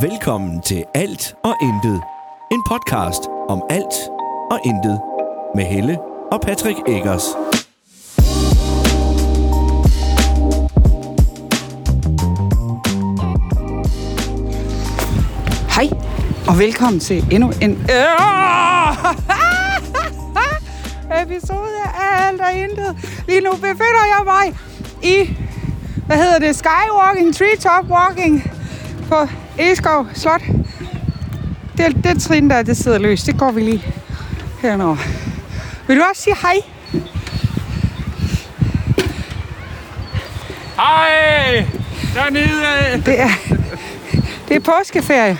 Velkommen til Alt og Intet. En podcast om alt og intet. Med Helle og Patrick Eggers. Hej, og velkommen til endnu en episode af Alt og Intet. Lige nu befinder jeg mig i, hvad hedder det, skywalking, treetop walking på Eskov Slot. Det, det trin der, det sidder løst. Det går vi lige henover. Vil du også sige hej? Hej! Dernede! Det er, det er påskeferie.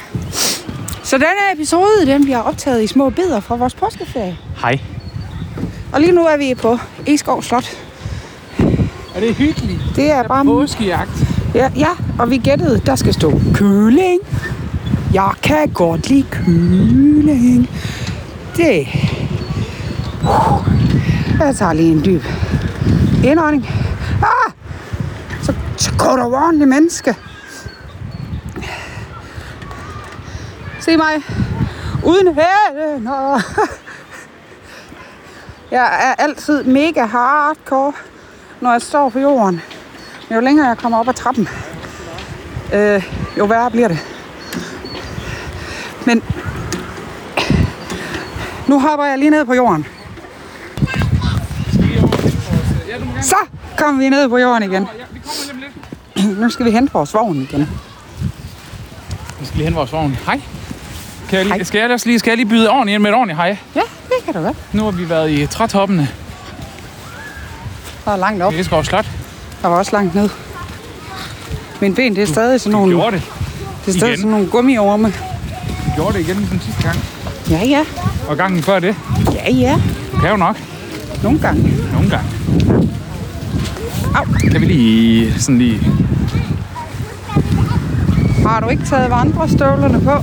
Så den her episode, den bliver optaget i små bidder fra vores påskeferie. Hej. Og lige nu er vi på Eskov Slot. Er det hyggeligt? Det er bare... Påskejagt. Ja, ja, og vi gættede, der skal stå køling. Jeg kan godt lide køling. Det. Uh, jeg tager lige en dyb indånding. Ah! Så, så går der ordentligt menneske. Se mig. Uden hænder. Jeg er altid mega hardcore, når jeg står på jorden. Men jo længere jeg kommer op ad trappen, øh, jo værre bliver det. Men nu hopper jeg lige ned på jorden. Så kom vi ned på jorden igen. Ja, vi kommer lige om lidt. Nu skal vi hente vores vogn igen. Vi skal lige hen vores vogn. Hej. Kan jeg lige, Hej. Skal, jeg også lige, skal jeg lige byde ordentligt ind med et ordentligt hej? Ja, det kan du godt. Nu har vi været i trætoppene Der er langt op. i Eskov Slot. Der var også langt ned. Min ben, det er stadig sådan nogle, Gjorde det. det er stadig igen. sådan nogle gummiorme. Vi Gjorde det igen ligesom sidste gang. Ja, ja. Og gangen før det. Ja, ja. Du kan jo nok. Nogle gange. Nogle gange. Au. Kan vi lige sådan lige... Har du ikke taget vandrestøvlerne på?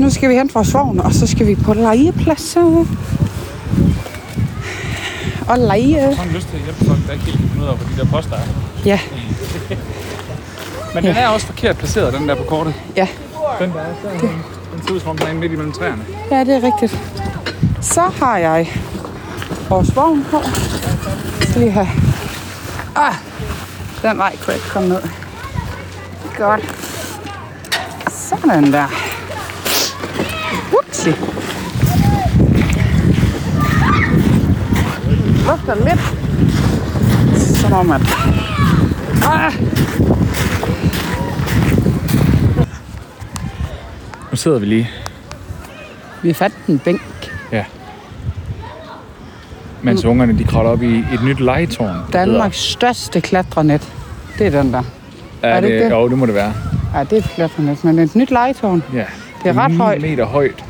Nu skal vi hen fra sovn, og så skal vi på legepladser. Og lege. sådan lyst til at hjælpe folk, der ikke helt kan finde ud af, hvor de der poster er. Ja, Men den er også forkert placeret, den der på kortet. ja. Den der er sådan. Den ser ud som om, den er inde midt imellem træerne. Ja, det er rigtigt. Så har jeg vores vogn på. Jeg skal lige have... Ah, den vej kunne jeg ikke komme ned. Godt. Sådan der. Upsi. Lufter lidt. Som om at... Ah, Nu sidder vi lige vi fandt en bænk. Ja. Mens mm. ungerne de kravler op i et nyt legetårn. det Danmarks største klatrenet. Det er den der. hedder. er er det det, ikke det? Jo, det må det være. Ja, det er et klatrenet, men et nyt legetårn. Ja. Det er ret 9 højt. meter højt.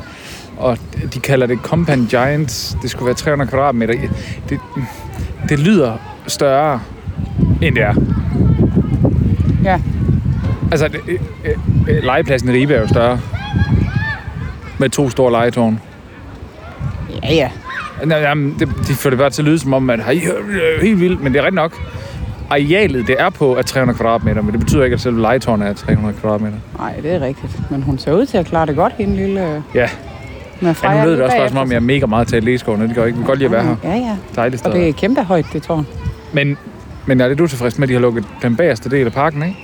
Og de kalder det Compan Giants. Det skulle være 300 kvadratmeter. Det, det lyder større, end det er. Ja, Altså, det, øh, øh, legepladsen i Ribe er jo større. Med to store legetårn. ja, ja. Nå, Jamen, det, de får det bare til at lyde som om, at "Ej, øh, helt vildt, men det er rigtigt nok. Arealet, det er på, er 300 kvadratmeter, men det betyder ikke, at selve legetårnet er 300 kvadratmeter. Nej, det er rigtigt. Men hun ser ud til at klare det godt, hende lille øh, Ja, med ja Freja. nu lød det lige også bare, bagefter. som om jeg er mega meget til atleteskoven, og det gør jeg ikke. Jeg kan godt lide at være her. Ja, ja. Dejligt Og det sted. er kæmpe højt, det tårn. Men, men er lidt utilfreds med, at de har lukket den bagerste del af parken, ikke?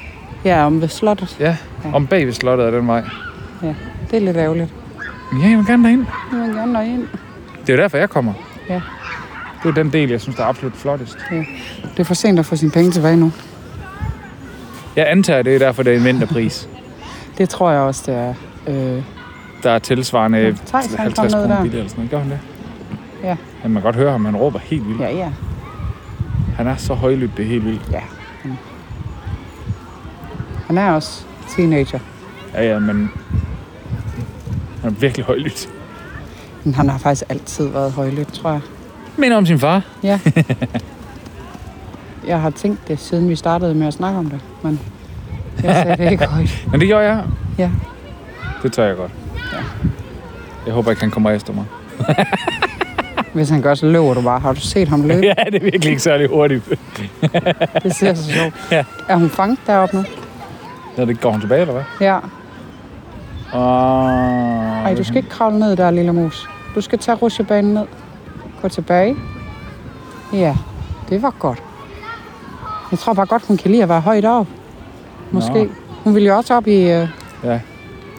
Ja, om ved slottet. Ja, om bag ved slottet er den vej. Ja, det er lidt ærgerligt. Men Ja, jeg vil gerne derind. Nu vil jeg gerne nå ind. Det er jo derfor, jeg kommer. Ja. Det er den del, jeg synes, der er absolut flottest. Det er for sent at få sine penge tilbage nu. Jeg antager, det er derfor, det er en vinterpris. Det tror jeg også, det er. Øh, der er tilsvarende Ja, Theis, han kom 50 ned der. kroner billigere eller sådan noget. Gør han det? Ja. Men man kan godt høre ham, han råber helt vildt. Ja. ja, ja. Han er så højlydt, det er helt vildt. Han er også teenager. Ja, ja, men han er virkelig højlydt. Men han har faktisk altid været højlydt, tror jeg. Minder om sin far. Ja. jeg har tænkt det, siden vi startede med at snakke om det. Men jeg sagde det ikke højt. Men det gjorde jeg. Ja. Det tør jeg godt. Ja. Jeg håber ikke, han kommer efter mig. Hvis han gør, så løber du bare. Har du set ham løbe? Ja, det er virkelig ikke særlig hurtigt. Det ser så sjovt. Ja. Er hun fanget deroppe nu? Når det går hun tilbage, eller hvad? Ja. Ah, Ej, du skal ikke kravle ned der, lille mus. Du skal tage rutsjebanen ned. Gå tilbage. Ja, det var godt. Jeg tror bare godt, hun kan lide at være højt op. Måske. Nå. Hun ville jo også op i... Øh, Ja,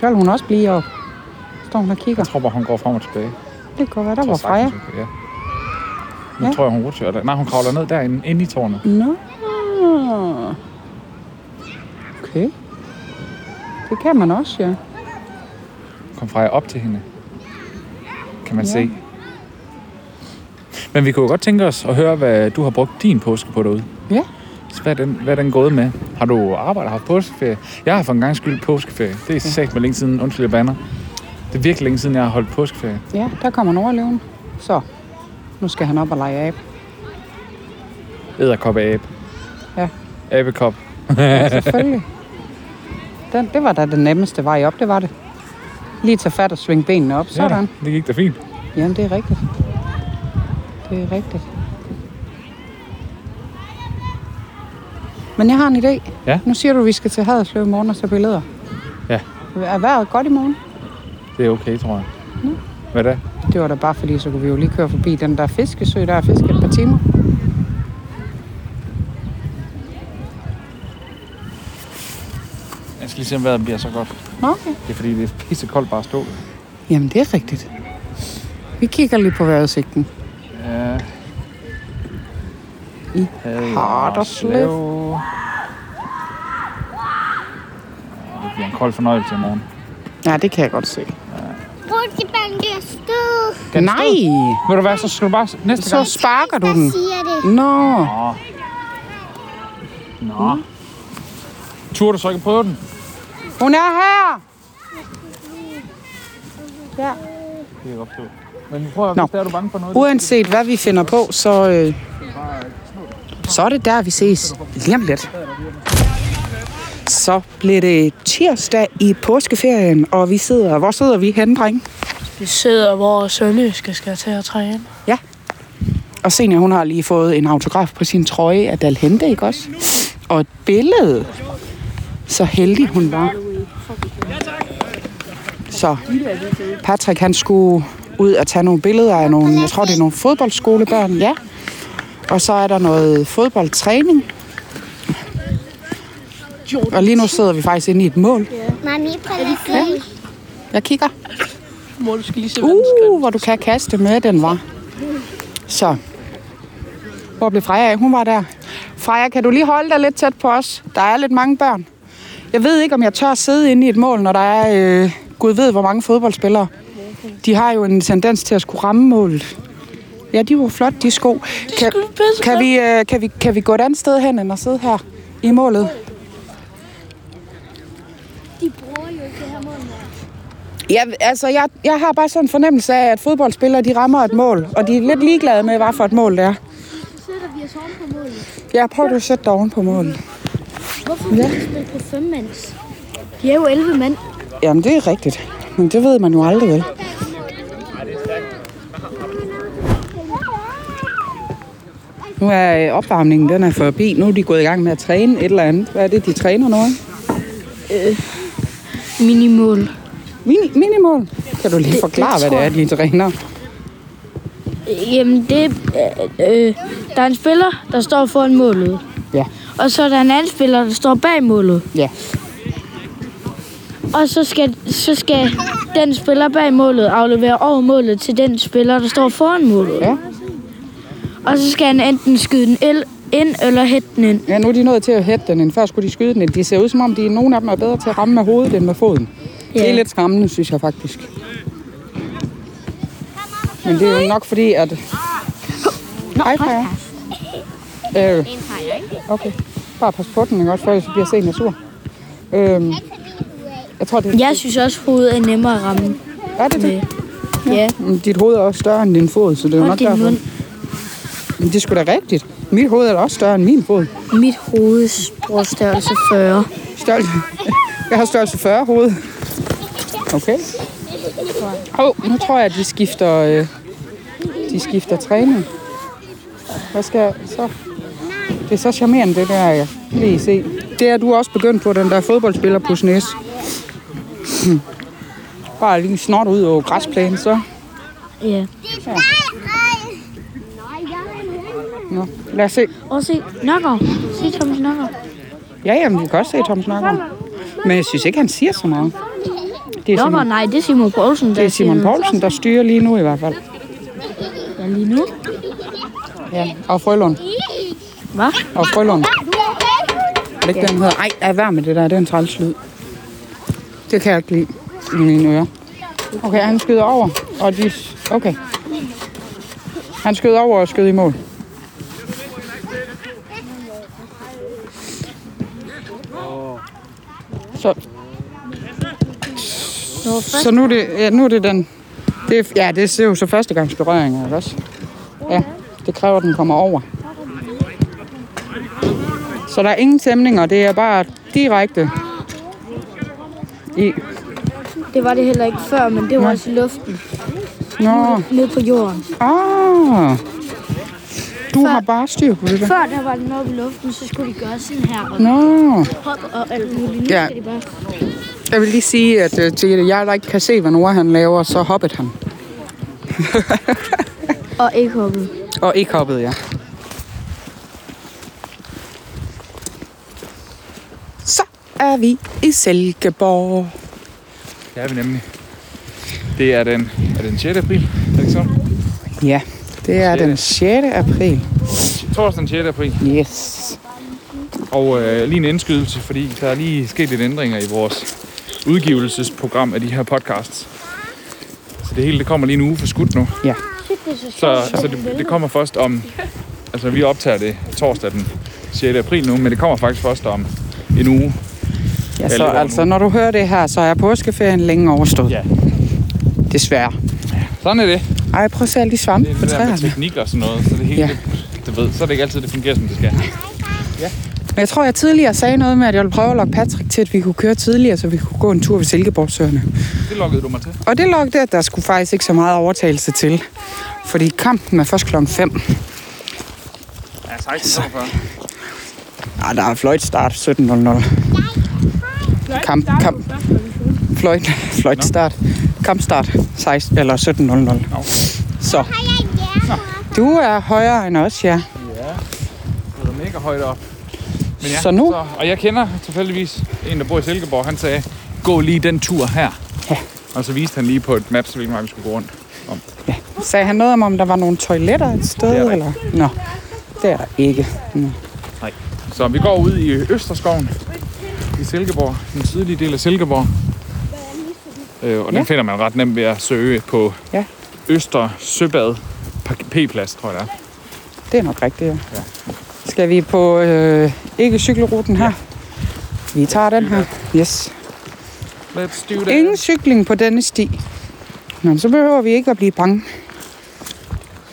der vil hun også blive op. Står hun og kigger. jeg tror bare, hun går frem og tilbage. Det kunne være, der Jeg tror var Freja. sagtens, hun kan- Ja. Nu Ja. tror jeg, hun rutscher. eller- Nej, hun kravler ned derinde, inde i tårnet. Nå. Okay. Det kan man også, ja. Kom Freja op til hende. Kan man Ja. ja. se. Men vi kunne jo godt tænke os at høre, hvad du har brugt din påske på derude. Ja. Så hvad er den, hvad er den gået med? Har du arbejdet haft påskeferie? Jeg har for en gang skyld påskeferie. Det er sagt med længe siden. Undskyld, jeg banner. Det er virkelig længe siden, jeg har holdt påskeferie. Ja, der kommer en overlevende. Så, nu skal han op og lege ab. Æderkop af abe. Ja. Abekop. Selvfølgelig. Den, det var da den nemmeste vej op, det var det. Lige tage fat og svinge benene op, sådan. Ja, det gik da fint. Jamen, det er rigtigt. Det er rigtigt. Men jeg har en idé. Ja. Nu siger du, at vi skal til Haderslev i morgen og tage billeder. Ja. Er vejret godt i morgen? Det er okay, tror jeg. Mm. Hvad da? Det var da bare fordi, så kunne vi jo lige køre forbi den der fiskesø, der er fisket et par timer. Jeg skal lige se, om vejret bliver så godt. Nå, okay. Det er fordi, det er pisse koldt bare at stå. Jamen, det er rigtigt. Vi kigger lige på vejrudsigten. Ja. I Haderslev. Haderslev. Det bliver en kold fornøjelse i morgen. Ja, det kan jeg godt se. Rutsjebanen bliver stød. Den Nej! Ved du hvad, så skal du bare s- næste Så gang. sparker du Der den. siger det. Nå, Nå. Nå. Mm. Turde du så ikke prøve den? hun er her! Ja. Det er godt prøve. Men prøv at Nå. hvis der er du bange for noget. Uanset hvad vi finder på, så, øh, så er det der, vi ses lige om lidt. Så bliver det tirsdag i påskeferien, og vi sidder... Hvor sidder vi henne, dreng? Vi sidder, hvor Sønderjyske skal til at træne. Og Senior, hun har lige fået en autograf på sin trøje af Dalhente, ikke også? Og et billede. Så heldig hun var. Så Patrick, han skulle ud og tage nogle billeder af nogle, jeg tror det er nogle fodboldskolebørn, ja. Og så er der noget fodboldtræning. Og lige nu sidder vi faktisk inde i et mål. Mami, prøv at se. Jeg kigger. Mor, du skal lige se, hvad Uh, hvor du kan kaste med, den var. Så. Hvor blev Freja af? Hun var der. Freja, kan du lige holde dig lidt tæt på os? Der er lidt mange børn. Jeg ved ikke, om jeg tør sidde inde i et mål, når der er... Øh, Gud ved, hvor mange fodboldspillere. De har jo en tendens til at skulle ramme målet. Ja, de var flot, de sko. Kan, skulle vi pisse kan, godt. vi, øh, kan, vi, kan vi gå et andet sted hen, end at sidde her i målet? De bruger jo ikke det her mål. Ja, altså, jeg, jeg har bare sådan en fornemmelse af, at fodboldspillere, de rammer et mål, og de er lidt ligeglade med, hvad for et mål det er. Så sætter vi os oven på målet. Ja, prøv du at sætte dig oven på målet. Hvorfor vil de spille på fem mands? De er jo 11 mand. Jamen, det er rigtigt. Men det ved man jo aldrig, vel? Nu er øh, opvarmningen, den er forbi. Nu er de gået i gang med at træne et eller andet. Hvad er det, de træner nu? ikke? Minimål. Mini minimål. Kan du lige Det- forklare, det hvad det tror er, de træner? Jamen, det, øh, øh, der er en spiller, der står foran målet. Ja, Og så er der en anden spiller, der står bag målet. ja. Og så skal, så skal den spiller bag målet aflevere over målet til den spiller, der står foran målet. Ja. Og så skal han enten skyde den el- ind eller hætte den ind. ja nu er de nået til at hætte den ind. Før skulle de skyde den ind. De ser ud som om, de, nogle af dem er bedre til at ramme med hovedet end med foden. Ja. Det er Ja. lidt skræmmende, synes jeg faktisk. Men det er jo nok fordi, at... Hej, Freja. Øh, okay. Bare pas på den, ikke også, for ellers bliver sen og sur. Øh, jeg tror, det er... Jeg synes også, hovedet er nemmere at ramme Er det med. det? Ja, Men Dit hoved er også større end din fod, så det er jo og nok din derfor. mund. Men det er sgu da rigtigt. Mit hoved er da også større end min fod. Mit altså hoved bruger størrelse 40. Størrelse. Jeg har størrelse 40 hoved. Okay. Hov, oh, nu tror jeg, at de skifter, øh, de skifter træning. Hvad skal jeg så? Det er så charmerende, det der, jeg lige se. det er du også begyndt på, den der fodboldspiller på SNES. Bare lige snart ud over græsplænen, så. Ja. Nå, lad os se. Og se, Nørgaard. Se Thomas Nørgaard. Ja, jamen, vi kan også se Tom snakker. Men jeg synes ikke, han siger så meget. Det er, Nørgaard, Simon, nej, det er Simon Poulsen, der det er Äh, Simon siger- Poulsen, der styrer lige nu i hvert fald. Ja, lige nu. Ja, og Frølund. Hvad? Og Frølund. Er det ikke den, den hedder? Ej, lad være med det der. Det er en træls lyd. Det kan jeg ikke lide i mine ører. Okay, han skyder over. Og de... Okay. Han skød over og skød i mål. Så, Det var først. så nu, er det, ja, nu er det den... Det, er- ja, det er jo så førstegangsberøringer, ikke også? Ja, det kræver, at den kommer over. Så der er ingen tæmninger, det er bare direkte i... Det var det heller ikke før, men det var også i luften. Nå, Ned på jorden. ah. Du har bare styr på det der. Før der var den oppe i luften, så skulle de gøre sådan her og Nå. hoppe og alt muligt. Nu Ja. skal de bare... Jeg vil lige sige, at øh, til jer, der ikke kan se, hvad Nora han laver, så hoppet han. Og ikke hoppe. Og ikke hoppet, ja. Så er vi i Silkeborg. Det er vi nemlig. Det er den, er det den 6. april, er det ikke sådan? Ja, det er den 6. april. Torsdag den 6. april. Yes. Og øh, lige en indskydelse, fordi der er lige sket lidt ændringer i vores udgivelsesprogram af de her podcasts. Så det hele det kommer lige en uge for skudt nu. Ja. Så, så det, det kommer først om... Altså, vi optager det torsdag den 6. april nu, men det kommer faktisk først om en uge. Ja, Alle så går altså, nu. når du hører det her, så er påskeferien længe overstået. Ja. Desværre. Sådan er det. Ej, prøv at se alle de svampe Det er på det der med træerne. teknik og sådan noget, så det hele, Ja. ja. det, du ved, så er det ikke altid, det fungerer, som det skal. Men jeg tror, jeg tidligere sagde noget med, at jeg ville prøve at lokke Patrick til, at vi kunne køre tidligere, så vi kunne gå en tur ved Silkeborgsøerne. Det lukkede du mig til. Og det lukkede, at der skulle faktisk ikke så meget overtagelse til. Fordi kampen er først klokken 5. Ja, 16.45. Ah, der er fløjtstart 17.00. Kamp, kamp. Fløjt, fløjtstart. Kampstart 16, eller 17.00. Så. Du er højere end os, ja. Det er mega højt op. Men Så nu- og jeg kender tilfældigvis en, der bor i Silkeborg. Han sagde, gå lige den tur her. Ja. Og så viste han lige på et map, så hvilken vej vi skulle gå rundt. Om. Sagde han noget om, om der var nogle toiletter et sted? Det er der eller? Nå, det er der ikke. Nå. Så vi går ud i Østerskoven i Silkeborg, den sydlige del af Silkeborg. Øh, og den Ja. finder man ret nemt ved at søge på Ja. Øster Søbad P-plads, tror jeg det er. Det er nok rigtigt, ja. Skal vi på øh, ikke cykelruten her? Vi tager den her. Yes. Let's do that. Ingen cykling på denne sti. Nå, så behøver vi ikke at blive bange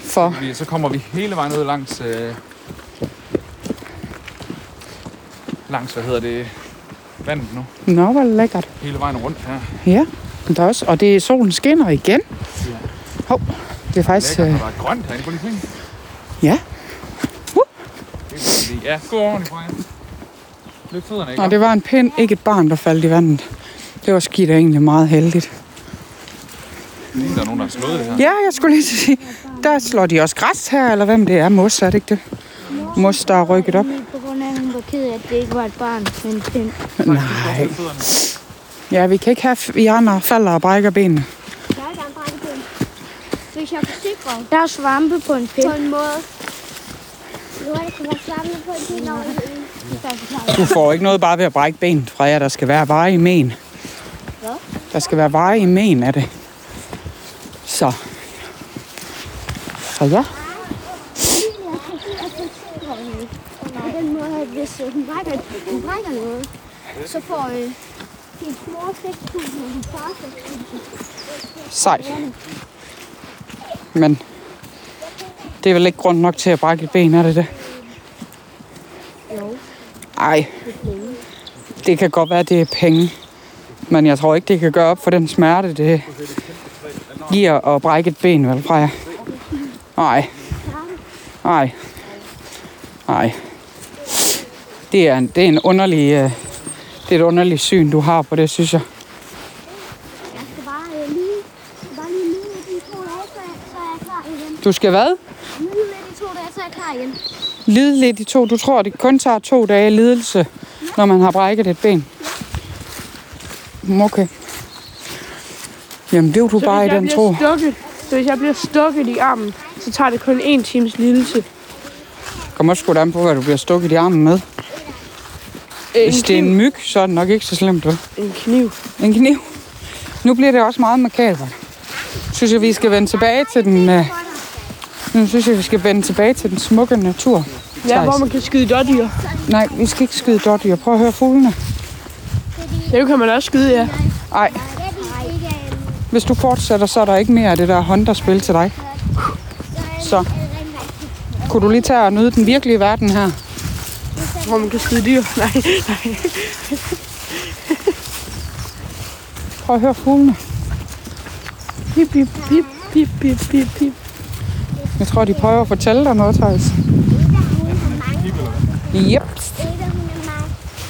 for Fordi så kommer vi hele vejen ud langs... Øh, langs, hvad hedder det? Vandet nu. Nå, hvor lækkert. Hele vejen rundt her. Ja, men der er også, og det er solen skinner igen. Hov, det er faktisk... Lækkert, Øh, og der er grønt herinde. Prøv lige at se. ja, Det er godt, fordi- Ja, gå ordentligt fra jer. Løb fødderne ikke og op. øh, det var en pind, ikke et barn, der faldt i vandet. Det var skidt og egentlig meget heldigt. Der er nogen, der har slået det her. Ja, jeg skulle lige til at sige, der slår de også græs her, eller hvem det er. Mos, er det ikke det? Mos, der er rykket op. På grund af, at hun var ked af, at det ikke var et barn, men den Nej. Ja, vi kan ikke have, vi andre falder og brækker benene. Jeg vil gerne brække den. Hvis jeg kunne sikre Der er svampe på en på pind. en måde. Nu har jeg kunnet samle på en del over det. Det er klart. Du får ikke noget bare ved at brække benet fra jer. Der skal være veje i men. Der skal være veje i men af det. Så. Så ja. Jeg kan sige, at den sikrer den ikke. På den måde, at hvis øh, hun brækker, hun brækker noget, så får øh, din mor 6.000, og din far 6.000. Sejt. Men det er vel ikke grund nok til at brække et ben, er det det? Ej. Det kan godt være, at det er penge. Men jeg tror ikke, det kan gøre op for den smerte, det giver at brække et ben, vel, Freja? Nej. Nej. Nej. det er en, det er en underlig, øh, det er et underligt syn, du har på det, synes jeg. Jeg skal bare øh, lige, skal bare lige nyde lidt i to dage, så, jeg- så er jeg klar igen. Du skal hvad? Nyde lidt i to dage, så er jeg klar igen. Lide lidt i to. Du tror, det kun tager to dage lidelse, når man har brækket et ben. Mm, Okay. Jamen, det er du bare i jeg den bliver tro. Stukket, så hvis jeg bliver stukket i armen, så tager det kun en times lidelse. Kom også sgu da an på, hvad du bliver stukket i armen med. Hvis det er en myg, så er det nok ikke så slemt, vel? En kniv. En kniv. Nu bliver det også meget makabert. Synes jeg, vi skal vende tilbage til den... Øh, nu synes jeg, vi skal vende tilbage til den smukke natur. Ja, Thijs. hvor man kan skyde dårdyr. Nej, vi skal ikke skyde dårdyr. Prøv at høre fuglene. Det kan man også skyde, ja. Ej, Jeg er ikke en... hvis du fortsætter, så er der ikke mere af det der Honda-spil til dig. Så kunne du lige tage og nyde den virkelige verden her? Hvor man kan skyde dyr. Nej, nej. Prøv at høre fuglene. Bip, bip, bip, bip, bip, bip, bip. Jeg tror, de prøver at fortælle dig noget, Thijs. Eva, hun har mange år. Yep. Eva, hun er meget...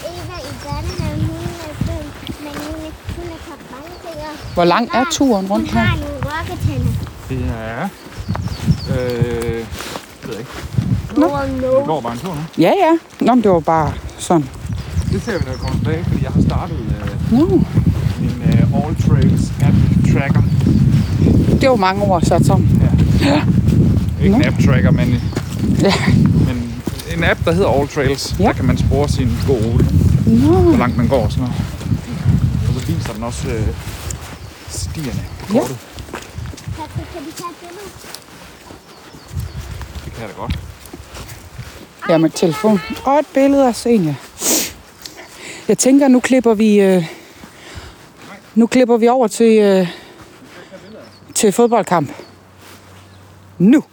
Eva i børnehaven, hun er død, men hun er, hun er kommet mange ting. og Hvor lang er turen rundt Hun her? har nogle rokketænder. Ja. Øh, jeg ved ikke. Nå. Vi går bare en tur nu. Ja, ja. Nå, men det var bare sådan. Det ser vi, når vi kommer tilbage, fordi jeg har startet øh, Nå, min øh, All Trails app tracker. det var mange år sat sammen. Ikke en app tracker, men, Ja. men en app, der hedder All Trails. Ja. Der kan man spore sin gode rute, Nå, hvor langt man går og sådan noget. Og så viser den også øh, stierne. Ja. Kortet. Patrick, kan vi tage et billede? Det kan jeg da godt. ja, med telefon. Og et billede af Senja. Jeg tænker, nu klipper vi... Øh, nu klipper vi over til... Øh, til fodboldkamp. Nu.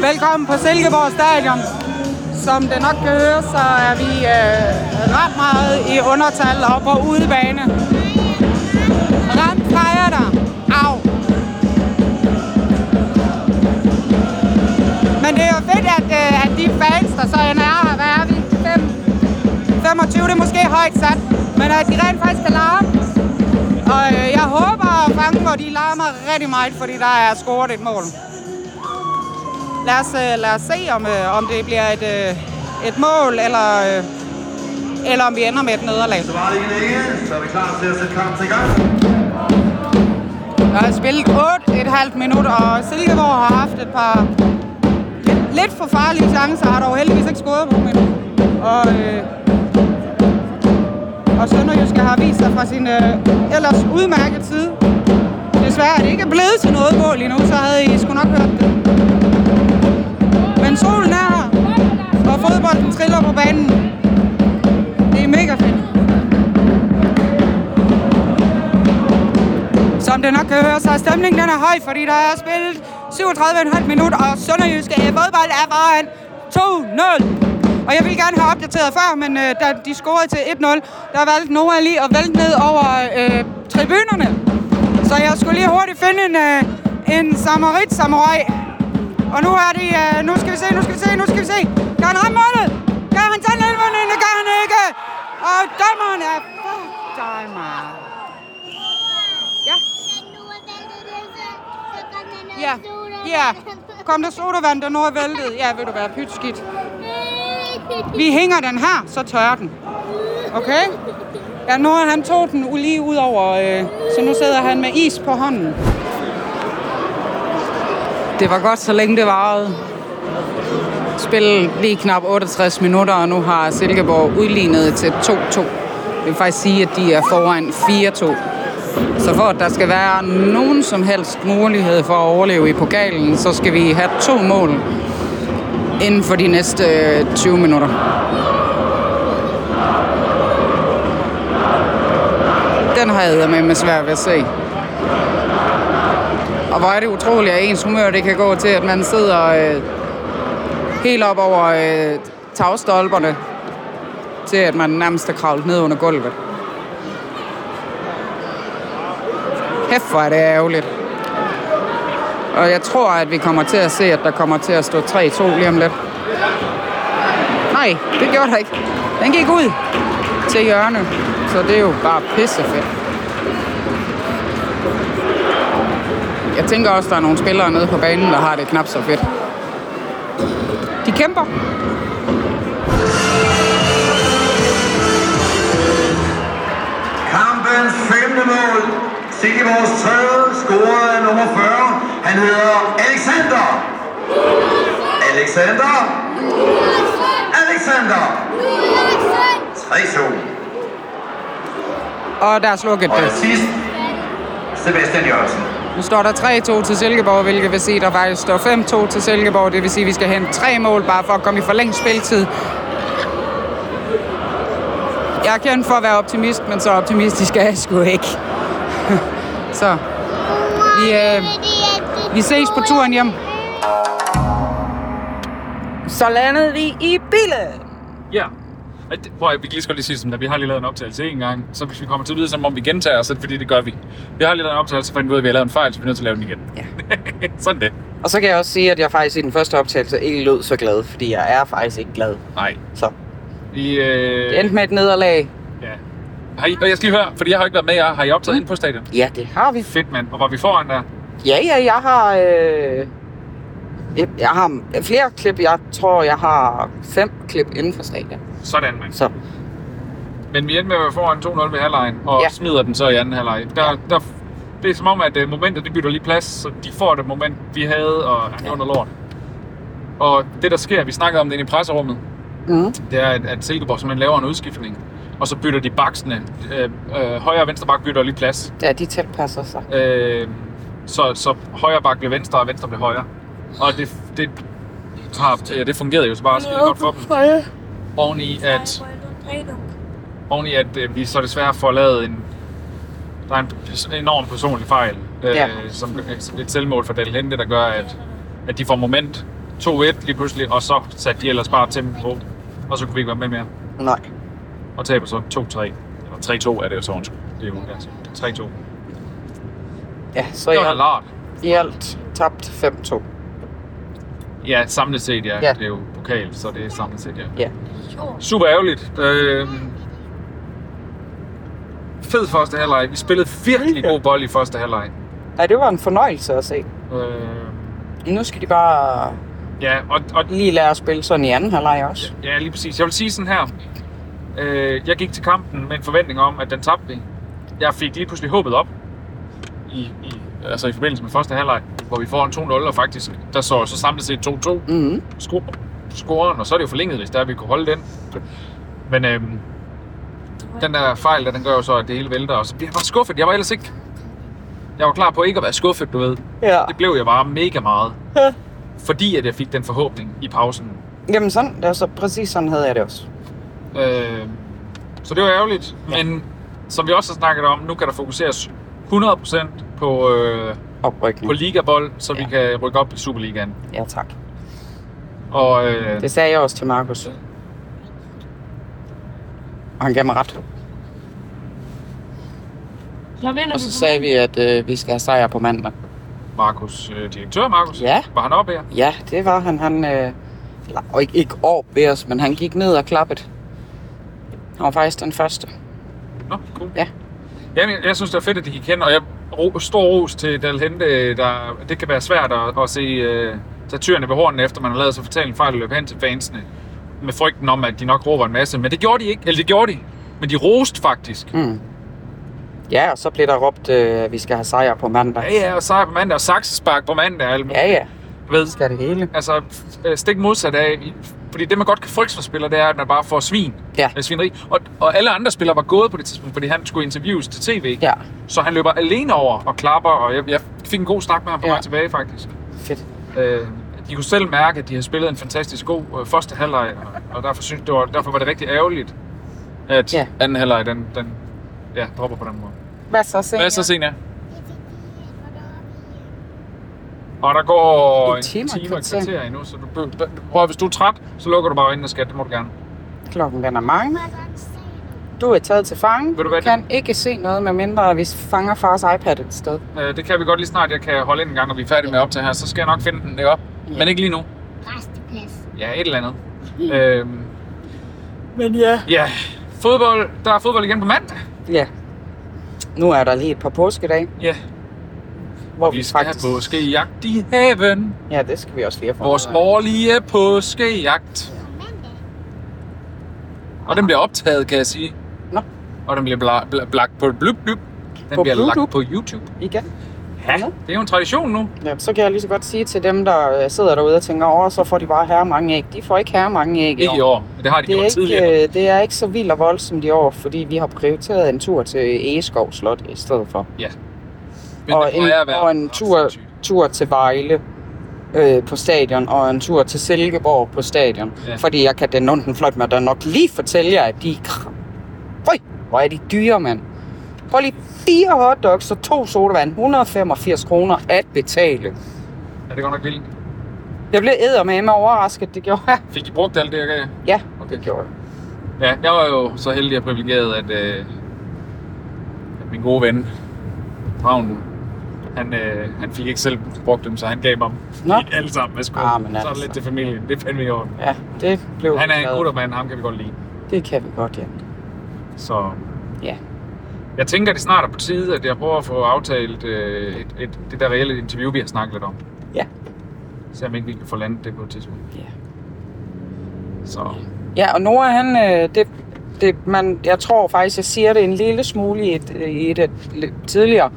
Velkommen på Silkeborg Stadion. Som det nok kan høre, så er vi øh, ret meget i undertal og på udebane. Ram fejrer dig. Au. Men det er jo fedt, at, øh, at de fans, der så end er her, hvad er vi? Fem, 25, det er måske højt sat, men at de rent faktisk kan larme. Og øh, jeg håber at fange, hvor de larmer rigtig meget, fordi der er scoret et mål. Lad os, øh, lad os se, om, øh, om det bliver et, øh, et mål, eller, øh, eller om vi ender med et nederlag. Bare lige længe, så er vi klar til at sætte kampen i gang. Der er spillet 8,5 minutter, og Silkeborg har haft et par lidt, lidt for farlige chancer, har dog heldigvis ikke skåret på men, og, øh, og Sønderjyske har vist sig fra sin øh, ellers udmærket side. Desværre er det ikke blevet til noget mål endnu, så havde I sgu nok hørt det. Men solen er her, og fodbolden triller på banen. Det er mega fedt. Som det nok kan høre, så er stemningen den er høj, fordi der er spillet 37,5 minutter, og Sønderjyske øh, fodbold er foran 2-0. Og jeg ville gerne have opdateret før, men øh, da de scorede til 1-0, der valgte Nora lige at vælte ned over øh, tribunerne. Så jeg skulle lige hurtigt finde en, øh, en samarit samurai. Og nu er det, øh, nu skal vi se, nu skal vi se, nu skal vi se. Kan han ramme målet? Kan han tage nedvundene? Kan han ikke? Og dommeren er... Fuck dig, mand. Ja. Ja, ja. Kom der sodavand, der nu er væltet. Ja, vil du være pyt skidt. Vi hænger den her, så tørrer den. Okay? Ja, nu han tog den u- lige ud over, øh, så nu sidder han med is på hånden. Det var godt, så længe det varede. Spil lige knap 68 minutter, og nu har Silkeborg udlignet til 2-2. Det vil faktisk sige, at de er foran 4-2. Så for at der skal være nogen som helst mulighed for at overleve i pokalen, så skal vi have to mål inden for de næste øh, 20 minutter. Den har jeg med med svært ved at se. Og hvor er det utroligt, at ens humør det kan gå til, at man sidder øh, helt op over øh, tagstolperne, til at man nærmest er kravlet ned under gulvet. Kæft, hvor er det ærgerligt. Og jeg tror, at vi kommer til at se, at der kommer til at stå 3-2 lige om lidt. Nej, det gjorde der ikke. Den gik ud til hjørne, så det er jo bare pissefedt. Jeg tænker også, at der er nogle spillere nede på banen, der har det knap så fedt. De kæmper. Kampens femte mål. Silkeborgs tredje scorer af nummer 40. Han hedder Alexander. Alexander. Alexander. 3-2. Og der er slukket Og det. sidst, Sebastian Jørgensen. Nu står der 3-2 til Silkeborg, hvilket vil sige, at der faktisk står 5-2 til Silkeborg. Det vil sige, at vi skal hente tre mål bare for at komme i forlænget spiltid. Jeg er kendt for at være optimist, men så optimistisk er jeg sgu ikke. så vi, øh, vi ses på turen hjem. Så landede vi i bilen. Ja. Ej, det- Prøv at vi kan lige så godt lige sige, som der, vi har lige lavet en optagelse en gang, så hvis vi kommer til at lyde, som om vi gentager os, så er det fordi det gør vi. Vi har lige lavet en optagelse, så finder vi ud af, at vi har lavet en fejl, så vi er nødt til at lave den igen. Ja. Sådan det. Og så kan jeg også sige, at jeg faktisk i den første optagelse ikke lød så glad, fordi jeg er faktisk ikke glad. Nej. Så Vi, øh... det endte med et nederlag. Ja. Har I, og jeg skal lige høre, fordi jeg har ikke været med jer. Har I optaget ind på stadion? Ja, det har vi. Fedt, mand. Og var vi foran der? Ja, ja, jeg har... Øh, jeg- jeg har flere klip. Jeg tror, jeg har fem klip inden for stadion. Sådan, mand. Så Men vi endte med at være foran 2-0 ved halvlejen, og ja. Ja. smider den så i anden halvleg. Der, der, det er som om, at øh, momentet det bytter lige plads, så de får det moment, vi havde, og han ja. under lort. Og det, der sker, vi snakkede om det inde i presserummet, Mhm. det er, at, at Silkeborg simpelthen laver en udskiftning, og så bytter de baksene. Øh, øh, højre og venstre bak bytter lige plads. ja, de tilpasser sig. Øh, så, så højre bak blev venstre, og venstre blev højre. Og det, det, har, ja, det fungerede jo så bare skide godt for dem. Oven i at, oven i at øh, vi så desværre får lavet en, der er en pers- enorm personlig fejl, øh, Ja. som et, et selvmål for Del Hente, der gør, at, at de får moment 2-1 lige pludselig, og så satte de ellers bare tempo, og så kunne vi ikke være med mere. Nej. Og taber så 2-3. Eller 3-2 er det jo så, undskyld. Det er jo altså 3-2. Det Ja, så var da jeg lart. i alt tabt 5-2. Ja, samlet set, ja. ja. Ja. Det er jo pokal, så det er samlet set, ja. Ja. Super ærgerligt. Øh, fed første halvleg. Vi spillede virkelig god bold i første halvleg. Ja, det var en fornøjelse at se. Øh, Nu skal de bare ja, og, og lige lære at spille sådan i anden halvleg også. ja, lige præcis. Jeg vil sige sådan her. Øh, jeg gik til kampen med en forventning om, at den tabte vi. Jeg fik lige pludselig håbet op. I, i, altså i forbindelse med første halvleg, hvor vi får en 2-0, og faktisk, der så så samlet set 2-2. Mm-hmm. sco- scoren, og så er det jo forlænget, hvis der er, vi kunne holde den. Men øhm, den der fejl, der, den gør jo så, at det hele vælter, og så bliver jeg bare skuffet. Jeg var ellers ikke... Jeg var klar på ikke at være skuffet, du ved. Ja. Det blev jeg bare mega meget. Ja. Fordi at jeg fik den forhåbning i pausen. Jamen sådan, altså præcis sådan havde jeg det også. Øh, så det var ærgerligt, men som vi også har snakket om, nu kan der fokuseres 100% på, øh, på Oprykning. ligabold, så ja. vi Ja. kan rykke op i Superligaen. Ja, tak. Og øh, Det sagde jeg også til Markus. Og han gav mig ret. Så vinder Og så sagde vi, at øh, vi skal have sejr på mandag. Markus, øh, direktør Markus, Ja. var han oppe her? Ja, det var han. Han øh, eller, og ikke, ikke over ved os, men han gik ned og klappede. Han var faktisk den første. Nå, cool. Ja. Jamen, jeg synes, det er fedt, at de gik hen, og jeg ro, stor ros til Dalhente, der det kan være svært at, at se øh, tage tyrene ved hornene, efter man har lavet sig fortælle en fejl og løbe hen til fansene, med frygten om, at de nok råber en masse, men det gjorde de ikke, eller det gjorde de, men de roste faktisk. Mm. Ja, og så blev der råbt, øh, at vi skal have sejr på mandag. Ja, ja, og sejr på mandag, og saksespark på mandag, og alt muligt. Ja, ja. Ved, Vi skal det hele. altså, f- øh, stik modsat af, fordi det, man godt kan frygte som spiller, det er, at man bare får svin. Ja. Øh, Svineri. Og, og alle andre spillere var gået på det tidspunkt, fordi han skulle interviews til tv. Ja, Så han løber alene over og klapper, og jeg, jeg fik en god snak med ham på ja. Ja. vej tilbage faktisk. fedt. Øh, de kunne selv mærke, at de havde spillet en fantastisk god øh, første halvleg, og, og derfor, synes, det var, derfor var det rigtig ærgerligt, at ja. Ja. anden halvleg den, den ja, dropper på den måde. Hvad så senere? Hvad så senere? Og der går En en time time og et og et kvarter. kvarter endnu, så du, bør- bør- prøv, at- hvis du er træt, så lukker du bare ind og skat, det må du gerne. Klokken den er mange. Du er taget til fange. Ved du Du hvad, kan ikke se noget, medmindre vi fanger fars iPad et sted. Øh, det kan vi godt lige snart, jeg kan holde ind en gang, når vi er færdige med at optage her, så skal jeg nok finde den, ikke op? Men ikke lige nu. Resteplads. Ja, et eller andet. øhm, Men ja. ja, fodbold, der er fodbold igen på mandag. Ja. Nu er der lige et par påskedage, Ja, hvor vi skal have påskejagt i haven. Ja, det skal vi også lige have Vores forberedt. årlige påskejagt. Og den bliver optaget, kan jeg sige. Ah. Nå. Og den bliver bla- bla- blagt på blub blub. Den På bliver lagt Bluetooth? på YouTube. Igen. Ja, det er jo en tradition nu. Ja, så kan jeg lige så godt sige til dem, der øh, sidder derude og tænker over, så får de bare herre mange æg. De får ikke herre mange æg Ikke i år, men det har de Det er, gjort tidligere. ikke, øh, det er ikke så vildt og voldsomt i år, fordi vi har prioriteret en tur til Egeskov Slot i stedet for. Men og det en- plejer at være og en ret tur- sindssygt. tur til Vejle øh, på stadion, og en tur til Silkeborg på stadion. Ja. Ja. Fordi jeg kan den onden flot med, der nok lige fortælle jer, at de er kr- Øj, hvor er de dyre, mand. Prøv lige fire hotdogs og to sodavand. 185 kroner at betale. Ja, det er godt nok vildt. Jeg blev eddermame overrasket, det gjorde jeg. Fik I brugt alt det, jeg gav? Ja, Okay. det gjorde jeg. Ja, jeg var jo så heldig og privilegeret, at, øh, at min gode ven, Ravn, han, øh, han fik ikke selv brugt dem, så han gav mig dem Nå. Ikke alle sammen. Værsgo. Ah, men Så er det altså. lidt til familien. Det er fandme i orden. Ja, det blev Han er vi glade en guttermand, ham kan vi godt lide. for. Det kan vi godt, ja. Så Ja. jeg tænker, det snart er på tide, at jeg prøver at få aftalt øh, et, et, det der reelle interview, vi har snakket lidt om. Ja. Se om ikke vi kan få landet det på et tidspunkt. Ja. Så Ja, og Nora, han, øh, det, det, man, jeg tror faktisk, jeg siger det en lille smule i et, øh, i et, et lidt tidligere,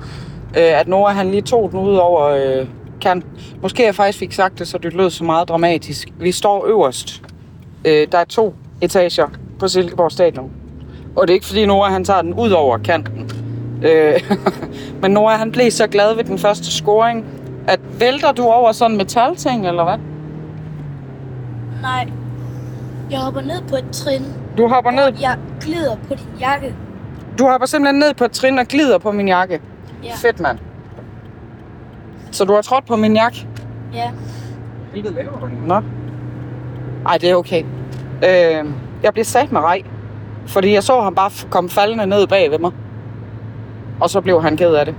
øh, at Nora, han lige tog den ud over øh, kan. Måske jeg faktisk fik sagt det, så det lød så meget dramatisk. Vi står øverst. Øh, der er to etager på Silkeborg Stadion. Og det er ikke fordi Nora, han tager den ud over kanten. Øh, men Nora, han blev så glad ved den første scoring, at vælter du over sådan en metalting, eller hvad? Nej. Jeg hopper ned på et trin. Du hopper ned Jeg glider på din jakke. Du hopper simpelthen ned på et trin og glider på min jakke. Ja. Fedt, mand. Så du har trådt på min jakke? Ja. Hvilket laver du Nå. Ej, det er okay. Øh, jeg bliver sat med rej, fordi jeg så ham bare f- komme faldende ned bag ved mig. Og så blev han ked af det.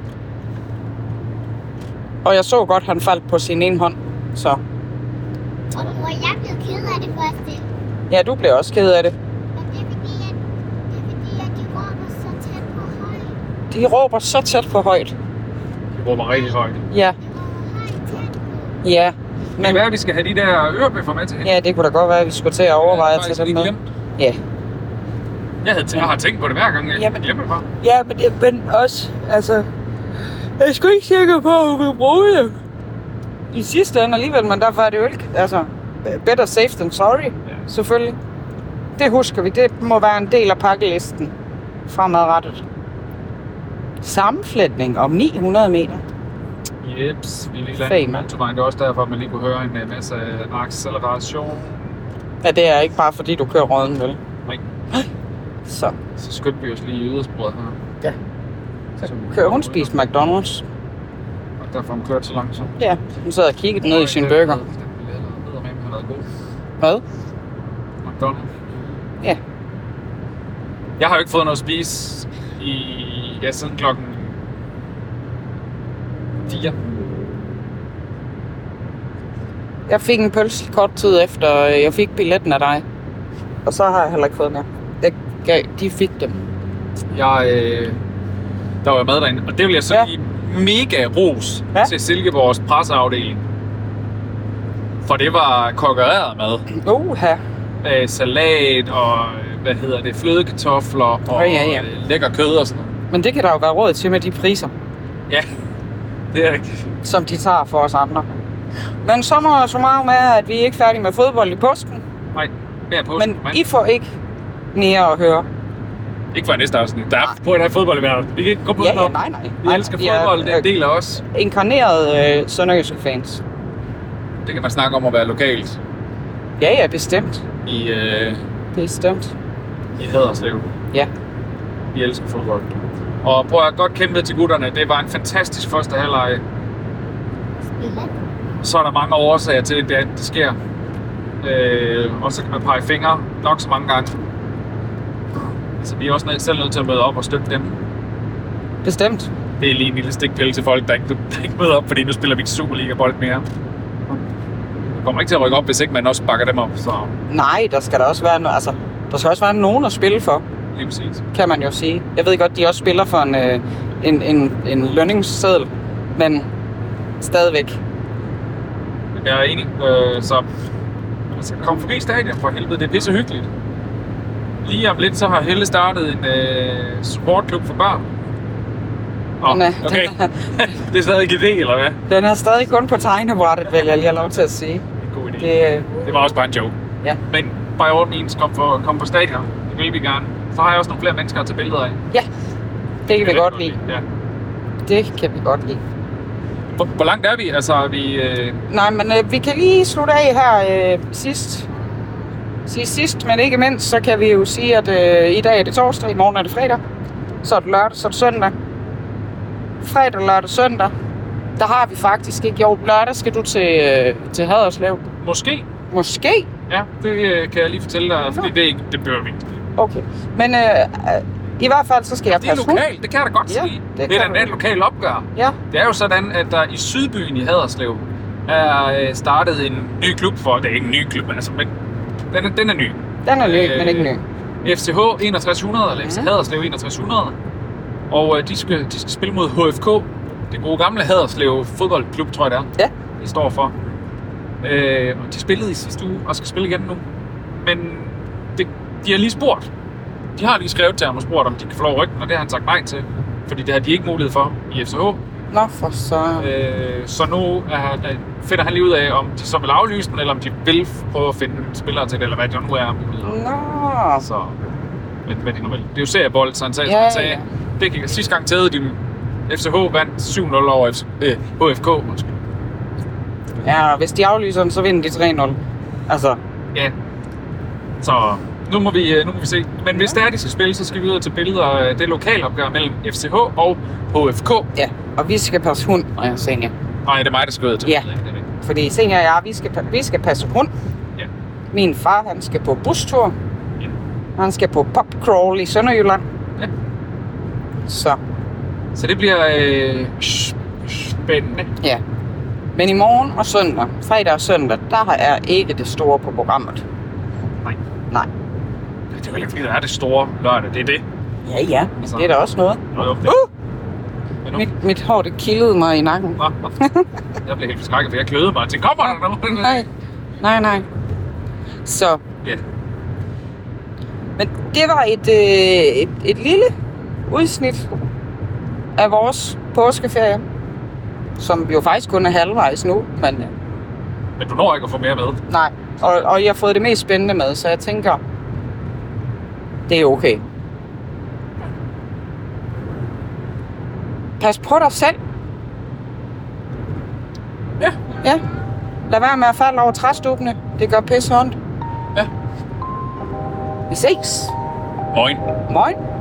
Og jeg så godt, han faldt på sin ene hånd. Så Og, og jeg blev ked af det første. ja, du blev også ked af det. Men det er fordi, at, det er fordi, at de råber så tæt på høj. De råber så tæt på højt. det råber rigtig højt. Men Ja, De råber høj tæt på. ja. det kan Men være, at vi skal have de der ørebøffer med til. ja, det kunne da godt være, at vi skulle til at overveje at Faktisk tage dem lige med. glemt. Ja, Jeg, havde, jeg har tænkt på det hver gang, jeg Jamen. Jamen. glemmer det bare. Ja, men, jeg- men også, altså... Jeg er sgu ikke sikker på, at hun vil bruge det. i sidste ende alligevel, men derfor er det jo ikke, altså, better safe than sorry, ja. selvfølgelig. Det husker vi, det må være en del af pakkelisten fremadrettet. Sammenflætning om 900 meter. Jeps, vi er lige landet Fame. på motorvejen. Det er også derfor, at man lige kunne høre en øh, masse acceleration. Ja, det er ikke bare fordi, du kører råden, vel? Nej. Så Så skyndte vi os lige i ydersporet her. Ja. Så vi kører hun spist McDonald's. Og derfor har hun kørt så langsomt. øh, Ja, hun sad og kiggede ned i sin burger. Hvad? McDonald's. Ja. Jeg har jo ikke fået noget at spise i... Ja, siden klokken... 4. Jeg fik en pølse kort tid efter, øh, jeg fik billetten af dig. Og så har jeg heller ikke fået mere. Jeg gav, de fik dem. Jeg, øh, der var jo mad derinde, og det vil jeg så ja. Ja. give mega ros ja. Ja. til Silkeborgs presseafdeling. For det var konkurreret mad. Uha. Øh, salat og, øh, hvad hedder det, flødekartofler og Åh, ja, ja. øh, lækker kød og sådan noget. Men det kan der jo være råd til med de priser. Ja, det er rigtigt. som de tager for os andre. Men sommer og summarum er, at vi er ikke færdige med fodbold i påsken, Nej, mere på. men I får ikke mere at høre. Ikke for næste afsnit. Der er, prøv at have fodbold i verden. Vi kan ikke gå på Ja, ja, udenom. nej, nej. Vi elsker fodbold, det er en del af os. Inkarnerede øh, sønderjyske fans. Det kan man snakke om at være lokalt Ja, ja, bestemt. i, øh, Bestemt. i Haderslev. Ja. Vi elsker fodbold. Og prøv at høre, godt kæmpet til gutterne. Det var en fantastisk første halvleg. Så er der mange årsager til, at det, det sker. Øh, og så kan man pege fingre nok så mange gange. Altså, vi er også nød- selv nødt til at møde op og støtte dem. Bestemt. Det er lige en lille stikpille til folk, der ikke, der ikke møder op, fordi nu spiller vi ikke Superliga-bold mere. Man kommer ikke til at rykke op, hvis ikke man også bakker dem op, så Nej, der skal der også være, no- altså, der skal også være nogen at spille for, lige præcis. kan man jo sige. Jeg ved godt, de også spiller for en, øh, en, en, en lønningsseddel, men stadigvæk. Jeg er enig, øh, så altså, kom forbi stadion for helvede, det er pisse hyggeligt. Lige om lidt, så har Helle startet en øh, supportklub for børn. Nå, Den er, okay. den, er, det er stadig ikke idé, eller hvad? den er stadig kun på tegnebrættet, vil jeg lige have lov til at sige. God idé. Det, øh, Det var også bare en joke. Ja. Men bare i orden ens, kom på, kom på stadion. Det vil vi gerne. Så har jeg også nogle flere mennesker at tage billeder af. ja, det kan vi Eller- godt lide. Ja. Det kan vi godt lide. Hvor, hvor langt er vi? Altså, er vi... Øh, Nej, men øh, vi kan lige slutte af her øh, sidst. Sidst, sidst, men ikke mindst, så kan vi jo sige, at øh, i dag er det torsdag, i morgen er det fredag, så er det lørdag, så er det søndag. Fredag, lørdag, søndag, der har vi faktisk ikke. Jo, lørdag skal du til, øh, til Haderslev. måske. Måske. Ja, det øh, kan jeg lige fortælle dig, fordi det, er ikke- det behøver vi ikke. Okay. Men øh, øh, i hvert fald, så skal jeg Det er passe på. lokalt, det kan jeg da godt Ja, sige. det Det, kan er da du. en lokal opgør. Ja, Det er jo sådan, at der i Sydbyen i Haderslev er øh, startet en ny klub for. Det er ikke en ny klub, altså, men den er, den er ny. den er ny, øh, men ikke Øh, ny. FCH 6100, eller FC Haderslev 6100. Og øh, de, skal, de skal spille mod HFK, det gode gamle Haderslev fodboldklub, tror jeg det er. Ja. De står for. Øh, og de spillede i sidste uge, og skal spille igen nu. Men det, de har lige spurgt. De har lige skrevet til ham og spurgt, om de kan få lov at rykke den, og det har han sagt nej til. Fordi det har de ikke mulighed for i FCH. Nå, for så... Øh, så nu er, er- finder han lige ud af, om de så vil aflyse den, eller om de vil prøve at finde spillere til det, eller hvad det nu er af muligheder. Mm. Nå, Så, men, men det, er nu vel- det er jo seriebold, så han sagde, Ja, ja, sagde ja. ja. det gik sidste gang tæde de FCH vandt 7-0 over FC, øh, HFK. undskyld. ja, hvis de aflyser den, så vinder de 3-0. Altså, Ja. Så nu må vi, øh, nu må vi se. Men hvis det er, de skal spille, så skal vi ud og tage billeder af det lokale opgør mellem FCH og HFK. Ja, og vi skal passe hund, og jeg senior. Nej, det er mig, der skal ud og tage Ja. billeder, ikke? Det er rigtigt. Fordi senior og jeg, vi skal, pa- vi skal passe hund. Ja. Min far, han skal på bustur. Ja. Han skal på popcrawl i Sønderjylland. Ja. Så, Så det bliver øh, sp- spændende. ja. Men i morgen og søndag, fredag og søndag, der er ikke det store på programmet. Nej. Nej. Det er jo ikke, fordi der er det store lørdag. Det er det. Ja, ja. Men Altså- det er da også noget. Uh, Nå, jo, det. Men nu- Mit, mit hår, det kildede mig i nakken. Nå, nå. Jeg blev helt forskrækket, for jeg kløede mig til, kommer der nogen? Nej, nej, nej. Så, Ja. Men det var et, øh, et, et lille udsnit af vores påskeferie, som jo faktisk kun er halvvejs nu, men øh, Men du når ikke at få mere med. nej. Og, og jeg har fået det mest spændende med, så jeg tænker, det er okay. Pas på dig selv. Ja. Ja. Lad være med at falde over træstubbene. Det gør pisse ondt. Ja. Vi ses. Moin. Moin.